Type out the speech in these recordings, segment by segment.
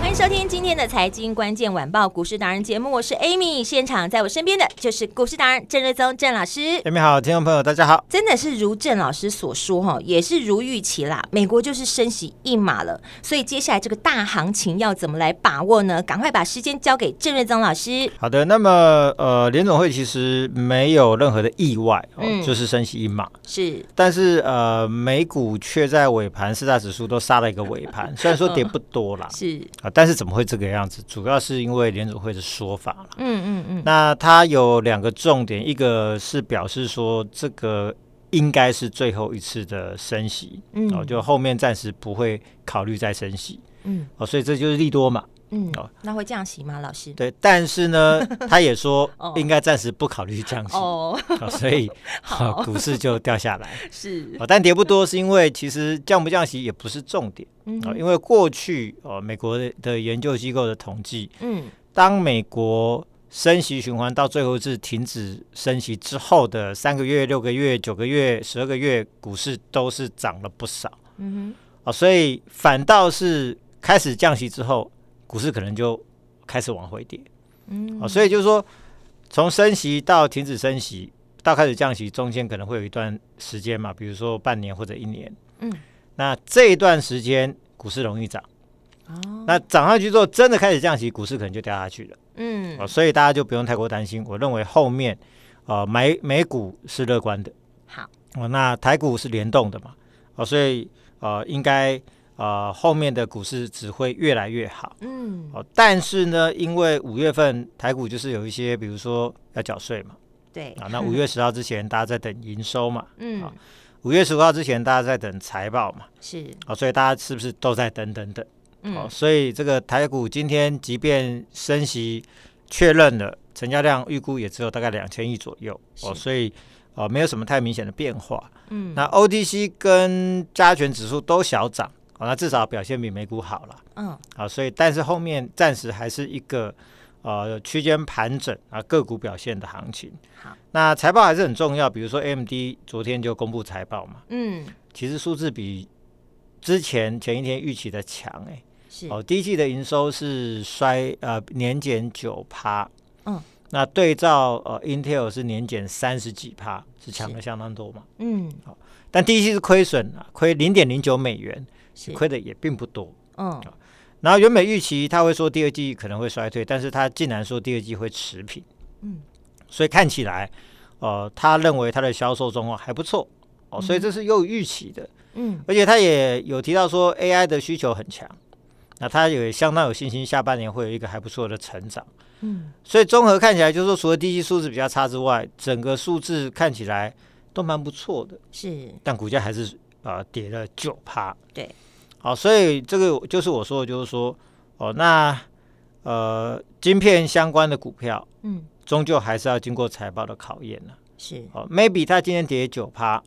欢迎收听今天的财经关键晚报股市达人节目，我是 Amy，现场在我身边的就是股市达人郑瑞宗郑老师。下面哎好，听众朋友大家好。真的是如郑老师所说哈，也是如预期啦。美国就是升息一码了，所以接下来这个大行情要怎么来把握呢？赶快把时间交给郑瑞宗老师。好的，那么呃，联总会其实没有任何的意外，哦嗯就是升息一码，是但是呃，美股却在尾盘四大指数都杀了一个尾 盘，虽然说跌不多啦，是，啊，但是怎么会这个样子？主要是因为联总会的说法啦。嗯嗯嗯，那它有两个重点，一个是表示说这个应该是最后一次的升息，嗯哦，就后面暂时不会考虑再升息，嗯哦，所以这就是利多嘛。嗯哦，那会降息吗，老师？对，但是呢，他也说哦应该暂时不考虑降息，哦， 好所以好好股市就掉下来。是，哦，但跌不多，是因为其实降不降息也不是重点嗯啊、哦因为过去哦，美国的的研究机构的统计，嗯当美国升息循环到最后是停止升息之后的三个月、六个月、九个月、十二个月，股市都是涨了不少啊、嗯哦所以反倒是开始降息之后，股市可能就开始往回跌。哼嗯啊，所以就是说，从升息到停止升息到开始降息，中间可能会有一段时间嘛，比如说半年或者一年。嗯，那这一段时间股市容易涨，哦，那涨上去之后真的开始降息，股市可能就掉下去了。嗯啊，所以大家就不用太过担心。我认为后面呃美美股是乐观的，好，哦，那台股是联动的嘛，哦，所以呃应该呃后面的股市只会越来越好。嗯哦，但是呢，因为五月份台股就是有一些，比如说要缴税嘛，对，啊，那五月十号之前大家在等营收嘛，嗯好五月十五号之前大家在等财报嘛，是，啊，所以大家是不是都在等等等？嗯哦，所以这个台股今天即便升息确认了，成交量预估也只有大概两千亿左右，哦，是所以呃没有什么太明显的变化。嗯那 OTC 跟加权指数都小涨，哦，那至少表现比美股好了。嗯啊，所以但是后面暂时还是一个呃区间盘整啊个股表现的行情。好，那财报还是很重要，比如说 AMD 昨天就公布财报嘛，嗯其实数字比之前前一天预期的强哎、是，哦，第一季的营收是衰呃年减九趴，嗯，那对照呃 Intel 是年减三十几趴，是强了相当多嘛。嗯但第一季是亏损啊，亏零点零九美元，是，亏的也并不多。嗯然后原本预期他会说第二季可能会衰退，但是他竟然说第二季会持平，嗯，所以看起来，呃，他认为他的销售状况还不错，哦，所以这是又预期的，嗯而且他也有提到说 AI 的需求很强，那他也相当有信心下半年会有一个还不错的成长，嗯所以综合看起来，就是说除了第一季数字比较差之外，整个数字看起来都蛮不错的，是，但股价还是呃跌了九趴。对，好、所以这个就是我说的，就是说哦，那呃，晶片相关的股票嗯终究还是要经过财报的考验呢、是，哦，maybe 它今天跌九趴，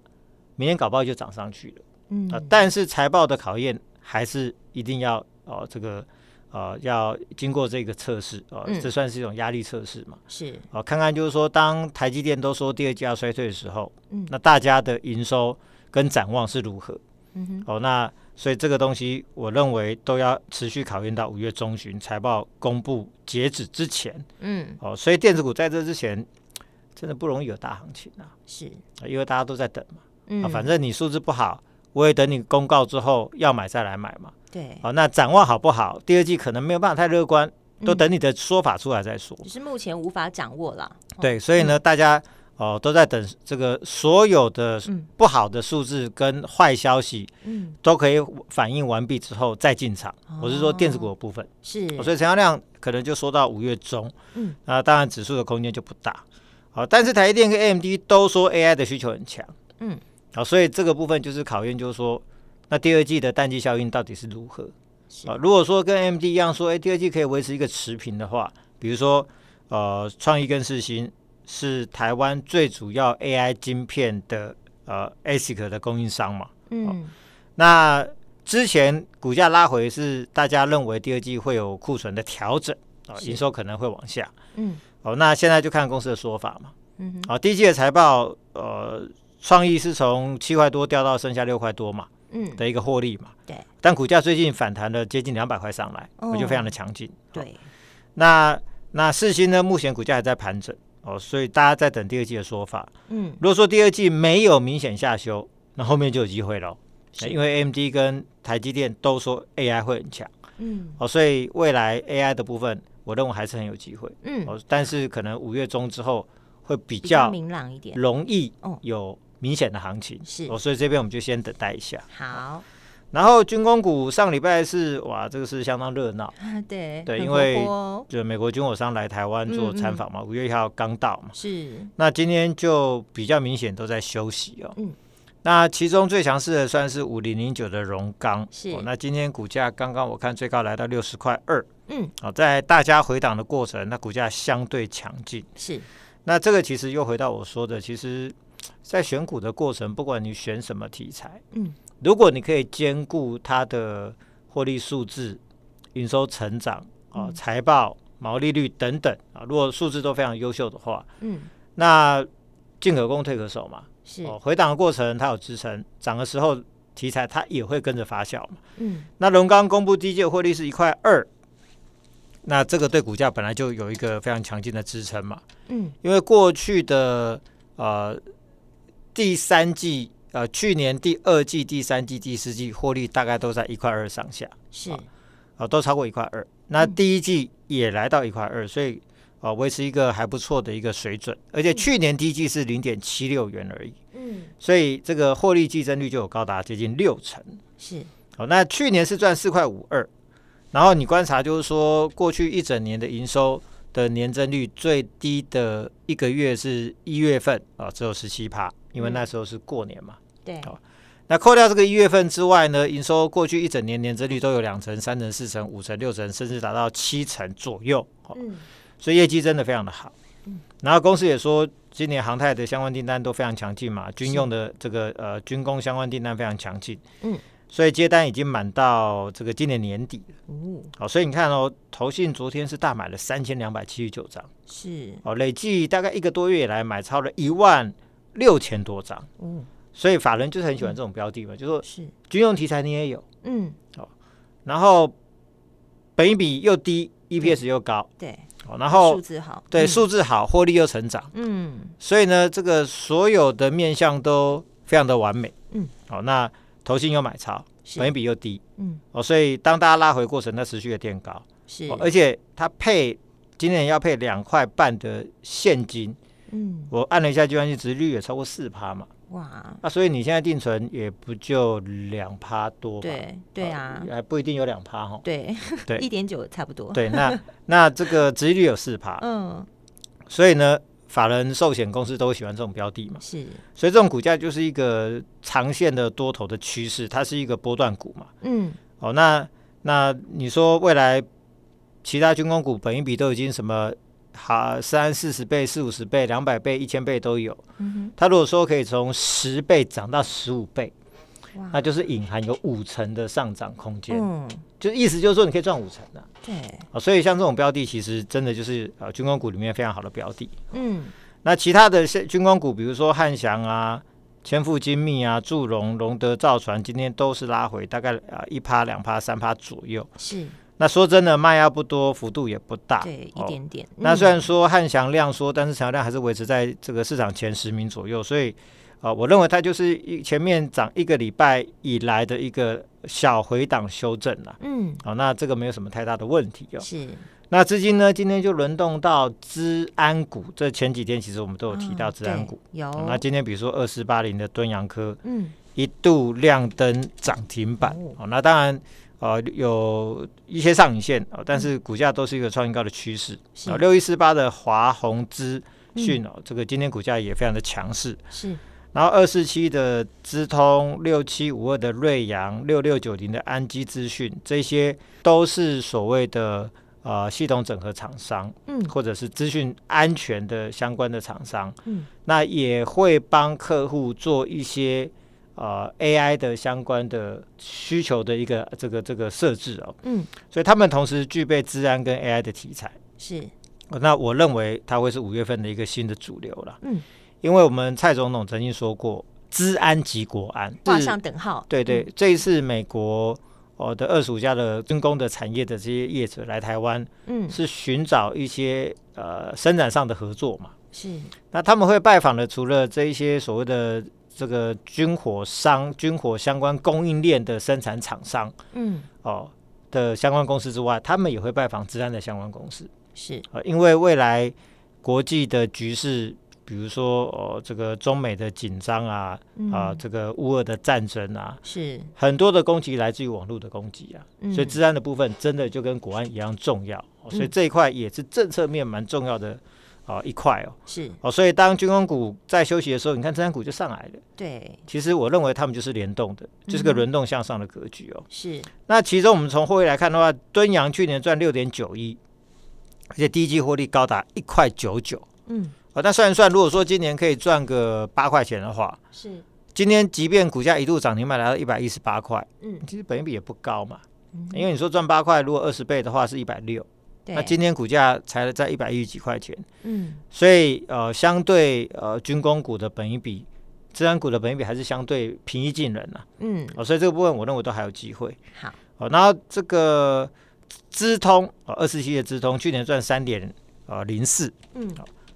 明天搞不好就涨上去了嗯啊、但是财报的考验还是一定要哦，这个呃要经过这个测试哦嗯，这算是一种压力测试嘛。是，哦，看看就是说，当台积电都说第二季要衰退的时候，嗯那大家的营收跟展望是如何？嗯哼，哦，那所以这个东西，我认为都要持续考验到五月中旬财报公布截止之前。嗯哦，所以电子股在这之前真的不容易有大行情啊，是，因为大家都在等嘛。嗯啊，反正你数字不好，我也等你公告之后要买再来买嘛。对，好、那展望好不好？第二季可能没有办法太乐观，都嗯等你的说法出来再说。只是目前无法掌握了。哦对，所以呢，大家哦、都在等这个所有的嗯不好的数字跟坏消息嗯，都可以反应完毕之后再进场。我是说电子股的部分，哦哦是，所以成交量可能就缩到五月中。嗯，那当然指数的空间就不大。好，但是台积电跟 AMD 都说 AI 的需求很强。嗯，好，所以这个部分就是考验，就是说那第二季的淡季效应到底是如何？是啊，如果说跟 AMD 一样说，哎、第二季可以维持一个持平的话，比如说呃，创意跟世新是台湾最主要 AI 晶片的呃 ASIC 的供应商嘛。嗯，那之前股价拉回是大家认为第二季会有库存的调整啊，是营收可能会往下。嗯哦，那现在就看公司的说法嘛。嗯哼，好、第一季的财报，呃，创意是从七块多掉到剩下六块多嘛嗯，的一个获利嘛。对。但股价最近反弹了接近两百块上来，哦我就非常的强劲。对，那那世新呢，目前股价还在盘整哦，所以大家在等第二季的说法。嗯，如果说第二季没有明显下修，那后面就有机会喽。是因为 AMD 跟台积电都说 AI 会很强嗯哦，所以未来 AI 的部分，我认为还是很有机会嗯，哦。但是可能五月中之后会比比较较明朗一点，容易哦有明显的行情，是哦，所以这边我们就先等待一下。好，然后军工股上礼拜是哇，这个是相当热闹，对，对很因活为泼哦就美国军火商来台湾嗯做参访嘛，五、月一号刚到嘛，是，那今天就比较明显都在休息哦。嗯那其中最强势的算是五零零九的荣钢，哦是那今天股价刚刚我看最高来到六十块二，嗯，好、在大家回档的过程，那股价相对强劲。是，那这个其实又回到我说的，其实，在选股的过程，不管你选什么题材，嗯，如果你可以兼顾它的获利数字、营收成长嗯啊、财报、毛利率等等啊，如果数字都非常优秀的话，嗯，那进可攻退可守嘛。是，哦，回档的过程它有支撑，涨的时候题材它也会跟着发酵嘛。嗯，那龙刚公布低借获利是一块二，那这个对股价本来就有一个非常强劲的支撑嘛。嗯，因为过去的呃第三季呃去年第二季、第三季、第四季获利大概都在一块二上下，是，啊、都超过一块二。那嗯第一季也来到一块二，所以啊维、持一个还不错的一个水准，而且去年第一季是零点七六元而已，嗯，所以这个获利季增率就有高达接近六成。是，好、那去年是赚四块五二，然后你观察就是说，过去一整年的营收的年增率最低的一个月是一月份啊、只有十七趴，因为嗯那时候是过年嘛。对，好那扣掉这个一月份之外呢，营收过去一整年年增率都有两成、三成、四成、五成、六成，甚至达到七成左右。哦嗯，所以业绩真的非常的好。然后公司也说，今年航太的相关订单都非常强劲嘛，军用的这个呃军工相关订单非常强劲。嗯，所以接单已经满到这个今年年底了。哦，好，所以你看哦，投信昨天是大买了三千两百七十九张，是，哦，累计大概一个多月以来买超了一万六千多张。哦，所以法人就是很喜欢这种标的嘛，嗯就说是，军用题材你也有，嗯，然后本益比又低，EPS 又高，对，哦，然数后字好，对嗯，数字好，获利又成长。嗯，所以呢，这个所有的面向都非常的完美。嗯，好、那投信又买超，是本益比又低，嗯，哦，所以当大家拉回过程，它持续的垫高、是哦，而且它配今年要配两块半的现金，嗯，我按了一下计算器，值率也超过四趴嘛，哇，啊，所以你现在定存也不就两趴多吧？对，对啊哦，还不一定有两趴哈。对，对 一点九差不多，，对，那那这个值率有四趴，嗯，所以呢，法人寿险公司都会喜欢这种标的嘛。是，所以这种股价就是一个长线的多头的趋势，它是一个波段股嘛。嗯，哦，那那你说未来其他军工股本一比都已经什么好三四十倍、四五十倍、两百倍、一千倍都有，嗯它如果说可以从十倍涨到十五倍，哼，哇那，就是隐含有五成的上涨空间，嗯，就意思就是说你可以赚五成啊。对，哦，所以像这种标的，其实真的就是呃军工股里面非常好的标的。嗯，那其他的像军工股，比如说汉翔啊、千富精密啊、祝融、龙德造船，今天都是拉回大概啊一趴、两趴、三趴左右。是，那说真的，卖压不多，幅度也不大，对，一哦点点，那嗯虽然说汉翔量缩，但是成交量还是维持在这个市场前十名左右，所以啊、呃我认为它就是一前面涨一个礼拜以来的一个小回档修正啦。嗯，好、那这个没有什么太大的问题哦。是，那资金呢，今天就轮动到资安股，这前几天其实我们都有提到资安股。嗯有啊哦那今天比如说二四八零的敦阳科嗯一度亮灯涨停板，哦，那当然。呃，有一些上影线哦，但是股价都是一个创新高的趋势。哦是六一四八的华宏资讯哦，这个今天股价也非常的强势。是然后二四七的资通，六七五二的瑞阳，六六九零的安基资讯，这些都是所谓的呃系统整合厂商，嗯或者是资讯安全的相关的厂商，嗯，那也会帮客户做一些呃 AI 的相关的需求的一个这个这个设置哦，嗯，所以他们同时具备治安跟 AI 的题材。是哦那我认为它会是五月份的一个新的主流了。嗯，因为我们蔡总统曾经说过，治安及国安，画是上等号。对对，这一次美国哦的二十五家的军工的产业的这些业者来台湾，嗯，是寻找一些呃生产上的合作嘛。是那他们会拜访的，除了这一些所谓的这个军火商、军火相关供应链的生产厂商嗯哦的相关公司之外，他们也会拜访治安的相关公司。是呃，因为未来国际的局势，比如说呃这个中美的紧张啊，啊、这个乌俄的战争啊，嗯是很多的攻击来自于网络的攻击啊，嗯所以治安的部分真的就跟国安一样重要，哦所以这一块也是政策面蛮重要的啊、一块哦。是，哦，所以当军工股在休息的时候，你看治安股就上来了。对其实我认为他们就是联动的，就是个轮动向上的格局哦。是那其中我们从获利来看的话，敦阳去年赚六点九一，而且第一季获利高达一块九九。嗯哦，那算一算，如果说今年可以赚个八块钱的话，是今天即便股价一度涨停板来到一百一十八块，嗯其实本益比也不高嘛。因为你说赚八块，如果二十倍的话是一百六，对那今天股价才在一百一十几块钱，嗯所以呃，相对呃军工股的本益比、自然股的本益比还是相对平易近人呐、嗯哦，所以这个部分我认为都还有机会。好哦，然后这个资通哦，二四七的资通去年赚三点呃零四，嗯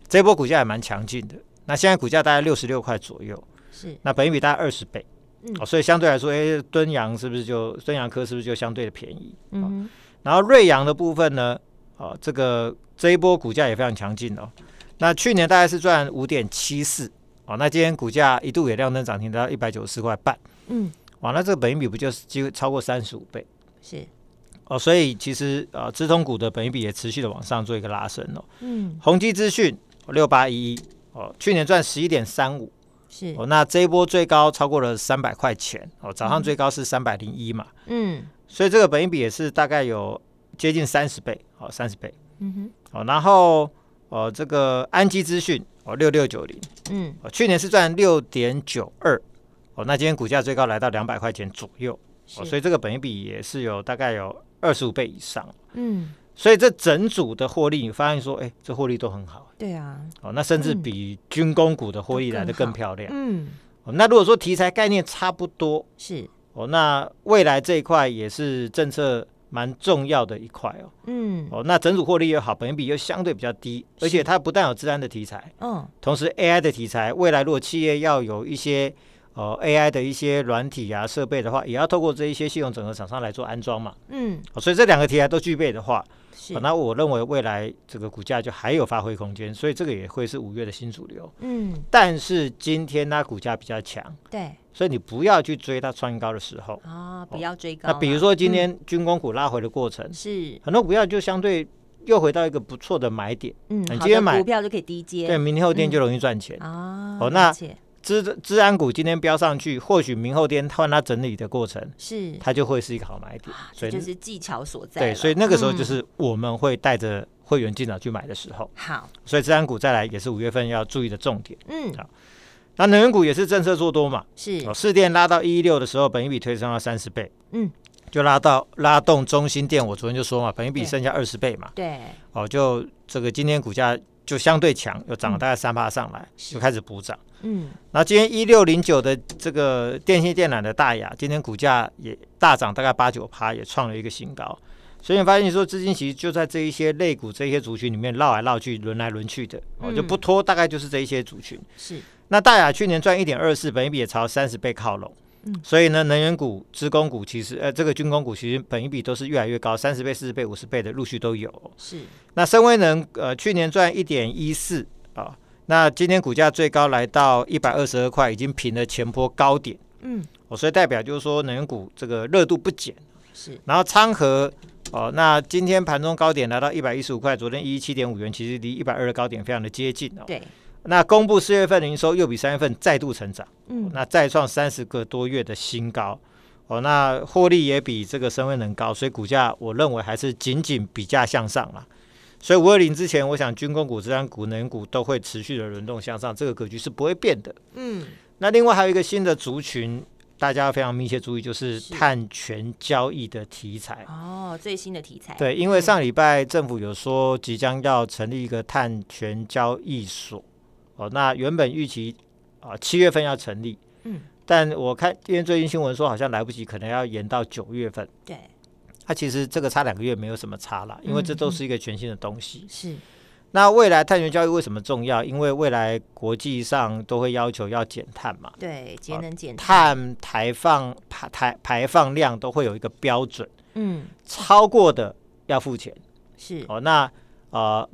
这一波股价也蛮强劲的。那现在股价大概六十六块左右，是那本益比大概二十倍，嗯哦，所以相对来说，哎，敦阳是不是就敦阳科是不是就相对的便宜？嗯哼然后瑞阳的部分呢，哦，这个这一波股价也非常强劲哦。那去年大概是赚五点七四，哦，那今天股价一度也亮灯涨停到一百九十四块半，嗯哇，那这个本益比不就是几乎超过三十五倍？是哦，所以其实呃，资通股的本益比也持续的往上做一个拉升哦。嗯宏基资讯六八一一哦，去年赚十一点三五是哦，那这一波最高超过了三百块钱哦，早上最高是三百零一嘛，嗯所以这个本益比也是大概有接近三十倍哦，三十倍嗯哼哦。然后哦，这个安基资讯哦，六六九零嗯哦，去年是赚六点九二哦，那今天股价最高来到两百块钱左右哦，是所以这个本益比也是有大概有二十五倍以上。嗯所以这整组的获利，你发现说，哎、这获利都很好对啊哦，那甚至嗯比军工股的获利都更来的好更漂亮、嗯哦。那如果说题材概念差不多是哦，那未来这一块也是政策蛮重要的一块哦。嗯哦，那整组获利又好，本益比又相对比较低，而且它不但有治安的题材，嗯同时 AI 的题材，未来如果企业要有一些呃 AI 的一些软体啊设备的话，也要透过这一些系统整合厂商来做安装嘛。嗯哦，所以这两个题材都具备的话，是好，哦那我认为未来这个股价就还有发挥空间，所以这个也会是五月的新主流。嗯但是今天它股价比较强，对所以你不要去追它创新高的时候。啊不哦要追高那啦嗯比如说今天军工股拉回的过程，是很多股票就相对又回到一个不错的买点，嗯你好今天的买股票就可以低接对，明天后天嗯就容易赚钱。啊哦了那解资资安股今天飙上去，或许明后天换它整理的过程，是啊它就会是一个好买点。所这以就是技巧所在对，了所以那个时候就嗯是我们会带着会员进场去买的时候。好所以资安股再来也是五月份要注意的重点。嗯好那能源股也是政策做多嘛，是哦，市电拉到一一六的时候，本一比推升到三十倍，嗯，就拉到拉动中心电，我昨天就说嘛，本一比对剩下二十倍嘛，对哦，就这个今天股价就相对强，又涨了大概三趴上来，就开始补涨。嗯那今天一六零九的这个电信电缆的大雅，今天股价也大涨大概八九趴，也创了一个新高。所以你发现说资金其实就在这一些类股、这一些族群里面绕来绕去、轮来轮去的，哦，嗯就不脱，大概就是这一些族群。是那大雅去年赚一点二四，本益比也朝三十倍靠拢。所以呢，能源股、资工股其实呃，这个军工股其实本一比都是越来越高，三十倍、四十倍、五十倍的陆续都有。是那深威能呃去年赚一点一四啊，那今天股价最高来到一百二十二块，已经平了前波高点。嗯哦，所以代表就是说能源股这个热度不减。是然后昌河哦，那今天盘中高点来到一百一十五块，昨天一一七点五元，其实离一百二的高点非常的接近哦。对，那公布四月份的营收又比三月份再度成长，嗯那再创三十个多月的新高。哦，那获利也比这个深威能高，所以股价我认为还是仅仅比价向上啦。所以五二零之前，我想军工股、资产股、能源股都会持续的轮动向上，这个格局是不会变的。嗯那另外还有一个新的族群，大家要非常密切注意，就是是碳权交易的题材。哦，最新的题材对，因为上礼拜政府有说即将要成立一个碳权交易所，哦，那原本预期啊七、月份要成立，嗯，但我看因为最近新闻说好像来不及，可能要延到九月份。对它、其实这个差两个月没有什么差啦，因为这嗯都嗯是一个全新的东西。是那未来碳权交易为什么重要？因为未来国际上都会要求要减碳嘛，对节能减碳，碳排放排排排放量都会有一个标准，嗯超过的要付钱。是哦，那呃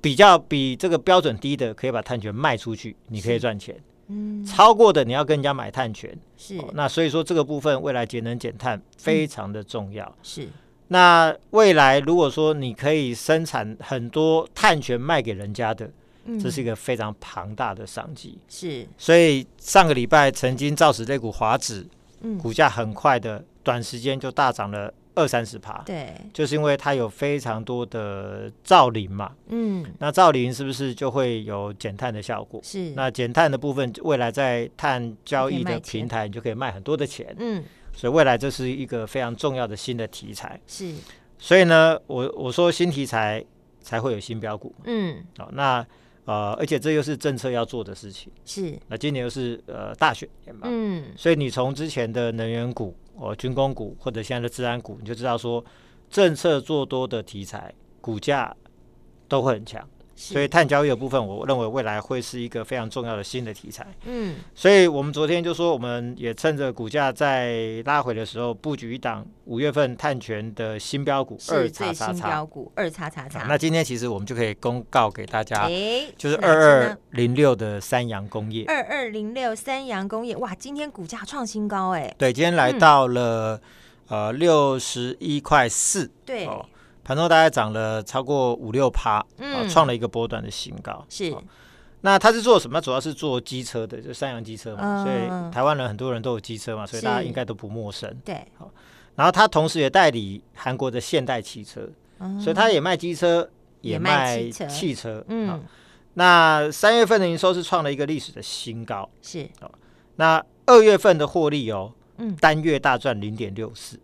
比较比这个标准低的，可以把碳权卖出去，你可以是赚钱；嗯超过的你要跟人家买碳权。是嗯哦那所以说这个部分未来节能减碳非常的重要。是那未来如果说你可以生产很多碳权卖给人家的，嗯这是一个非常庞大的商机。是所以上个礼拜曾经造使这股华指嗯股价很快的短时间就大涨了二三十趴，对就是因为它有非常多的造林嘛，嗯那造林是不是就会有减碳的效果？是那减碳的部分，未来在碳交易可以的卖钱平台，你就可以卖很多的钱，嗯所以未来这是一个非常重要的新的题材。是所以呢，我我说新题材才会有新标股嗯啊、哦那呃，而且这又是政策要做的事情。是那今年又是呃大选年嘛，嗯所以你从之前的能源股、哦军工股或者现在的治安股，你就知道说政策做多的题材股价都会很强。是所以碳交易的部分，我认为未来会是一个非常重要的新的题材。嗯所以我们昨天就说，我们也趁着股价在拉回的时候，布局一档五月份碳权的新标股二是叉最叉新叉标。股二叉叉叉啊那今天其实我们就可以公告给大家，哎就是哪二一只呢二零六的三洋工业。二二零六三洋工业，哇，今天股价创新高哎，对，今天来嗯到了、呃六十一块四，对，哦，盘中大概涨了超过五六趴，嗯嗯，创了一个波段的新高。是哦那它是做什么？它主要是做机车的，就三洋机车嘛，嗯所以台湾人很多人都有机车嘛，所以是大家应该都不陌生。对，然后它同时也代理韩国的现代汽车，嗯所以它也卖机车，也卖卖汽车汽车。好嗯那三月份的营收是创了一个历史的新高，是那二月份的获利哦，嗯单月大赚零点六四，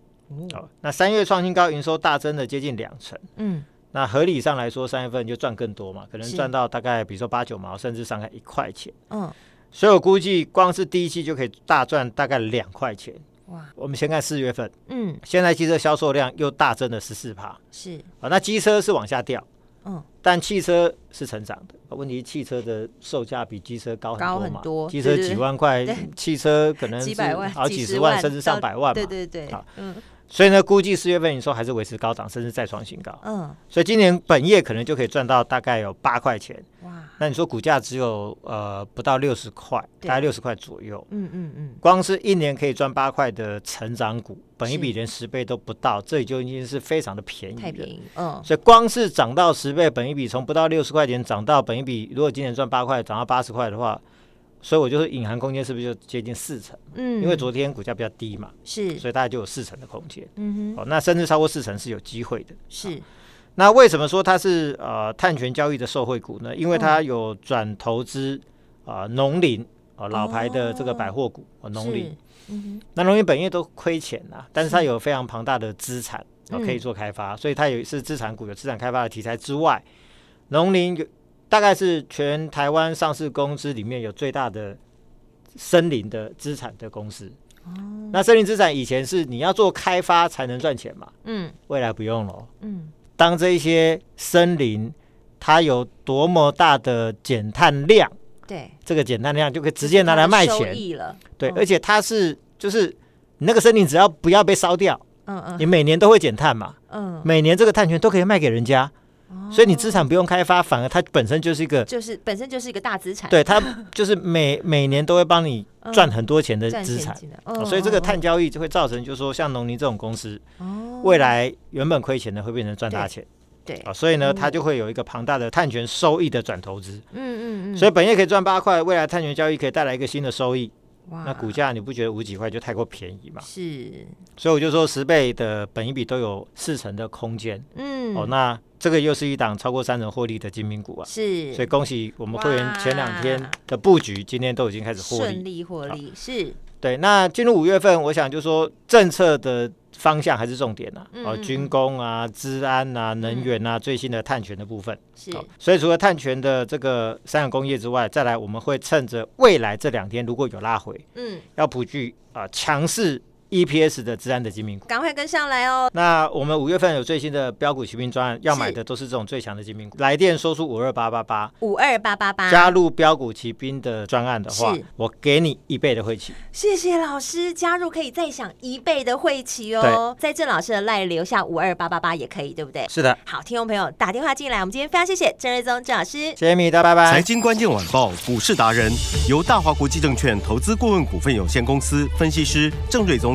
哦，那三月创新高，营收大增了接近两成。嗯那合理上来说，三月份就赚更多嘛，可能是赚到大概比如说八九毛，甚至上看一块钱。嗯所以我估计光是第一季就可以大赚大概两块钱。哇我们先看四月份，嗯现在汽车销售量又大增了十四趴是啊，那机车是往下掉，嗯但汽车是成长的。啊问题是汽车的售价比机车高很高多很嘛，多机对车对几万块对，汽车可能几是百万好几十十万甚至上到百万嘛。对对对好，嗯所以呢，估计四月份营收还是维持高档，甚至再创新高。嗯所以今年本业可能就可以赚到大概有八块钱。哇那你说股价只有呃不到六十块，对大概六十块左右，嗯嗯嗯光是一年可以赚八块的成长股，本一是比连十倍都不到，这里就已经是非常的便宜太了。便宜嗯所以光是涨到十倍，本一比从不到六十块钱涨到本一比，如果今年赚八块，涨到八十块的话，所以我就是隐含空间是不是就接近四成？嗯因为昨天股价比较低嘛，是所以大概就有四成的空间。嗯哼哦，那甚至超过四成是有机会的。是那为什么说它是呃碳权交易的受惠股呢？因嗯为它有转投资啊农林啊老牌的这个百货股啊农林是，嗯那农林本业都亏钱啦、但是它有非常庞大的资产啊嗯可以做开发，所以它有是资产股有资产开发的题材之外，农林有大概是全台湾上市公司里面有最大的森林的资产的公司。那森林资产以前是你要做开发才能赚钱嘛，哼嗯未来不用了哦。嗯当这一些森林它有多么大的减碳量，对，这个简单量就可以直接拿来卖收钱。益了，对，嗯而且它是就是你那个森林只要不要被烧掉，嗯嗯你每年都会减碳嘛，嗯，哦每年这个碳权都可以卖给人家，所以你资产不用开发，反而它本身就是 一个。就是本身就是一个大资产，对它就是每每年都会帮你嗯，赚很多钱的赚资现产，金的，哦嗯所以这个嗯碳交易就会造成，就是说像农林这种公司，嗯未来原本亏钱的会变成赚大对钱对，啊，所以呢，嗯它就会有一个庞大的碳权收益的转投资。嗯嗯嗯，所以本业可以赚八块，未来碳权交易可以带来一个新的收益，哇那股价你不觉得五几块就太过便宜嘛？是所以我就说十倍的本一比都有四成的空间、嗯哦，那这个又是一档超过三成获利的精品股啊，是所以恭喜我们会员前两天哇的布局，今天都已经开始获顺利。利获利是对，那进入五月份，我想就说政策的方向还是重点啊，嗯哦，嗯军工啊、治安啊、能源啊、最新的碳权的部分。是好，所以除了碳权的这个三氧工业之外，再来我们会趁着未来这两天如果有拉回，嗯，要布局啊强势 EPS 的治安的精品股。赶快跟上来哦，那我们五月份有最新的标股骑兵专案，要是买的都是这种最强的精品股。来电说出五二八八八，五二八八八，加入标股骑兵的专案的话啊是，我给你一倍的晦气。谢谢老师，加入可以再享一倍的会期哦，在郑老师的赖留下五二八八八也可以，对不对？是的，好，听众朋友打电话进来，我们今天非常谢谢郑瑞宗郑老师。谢谢米大，拜拜。财经关键晚报股市达人由大华国际证券投资顾问股份有限公司分析师郑瑞宗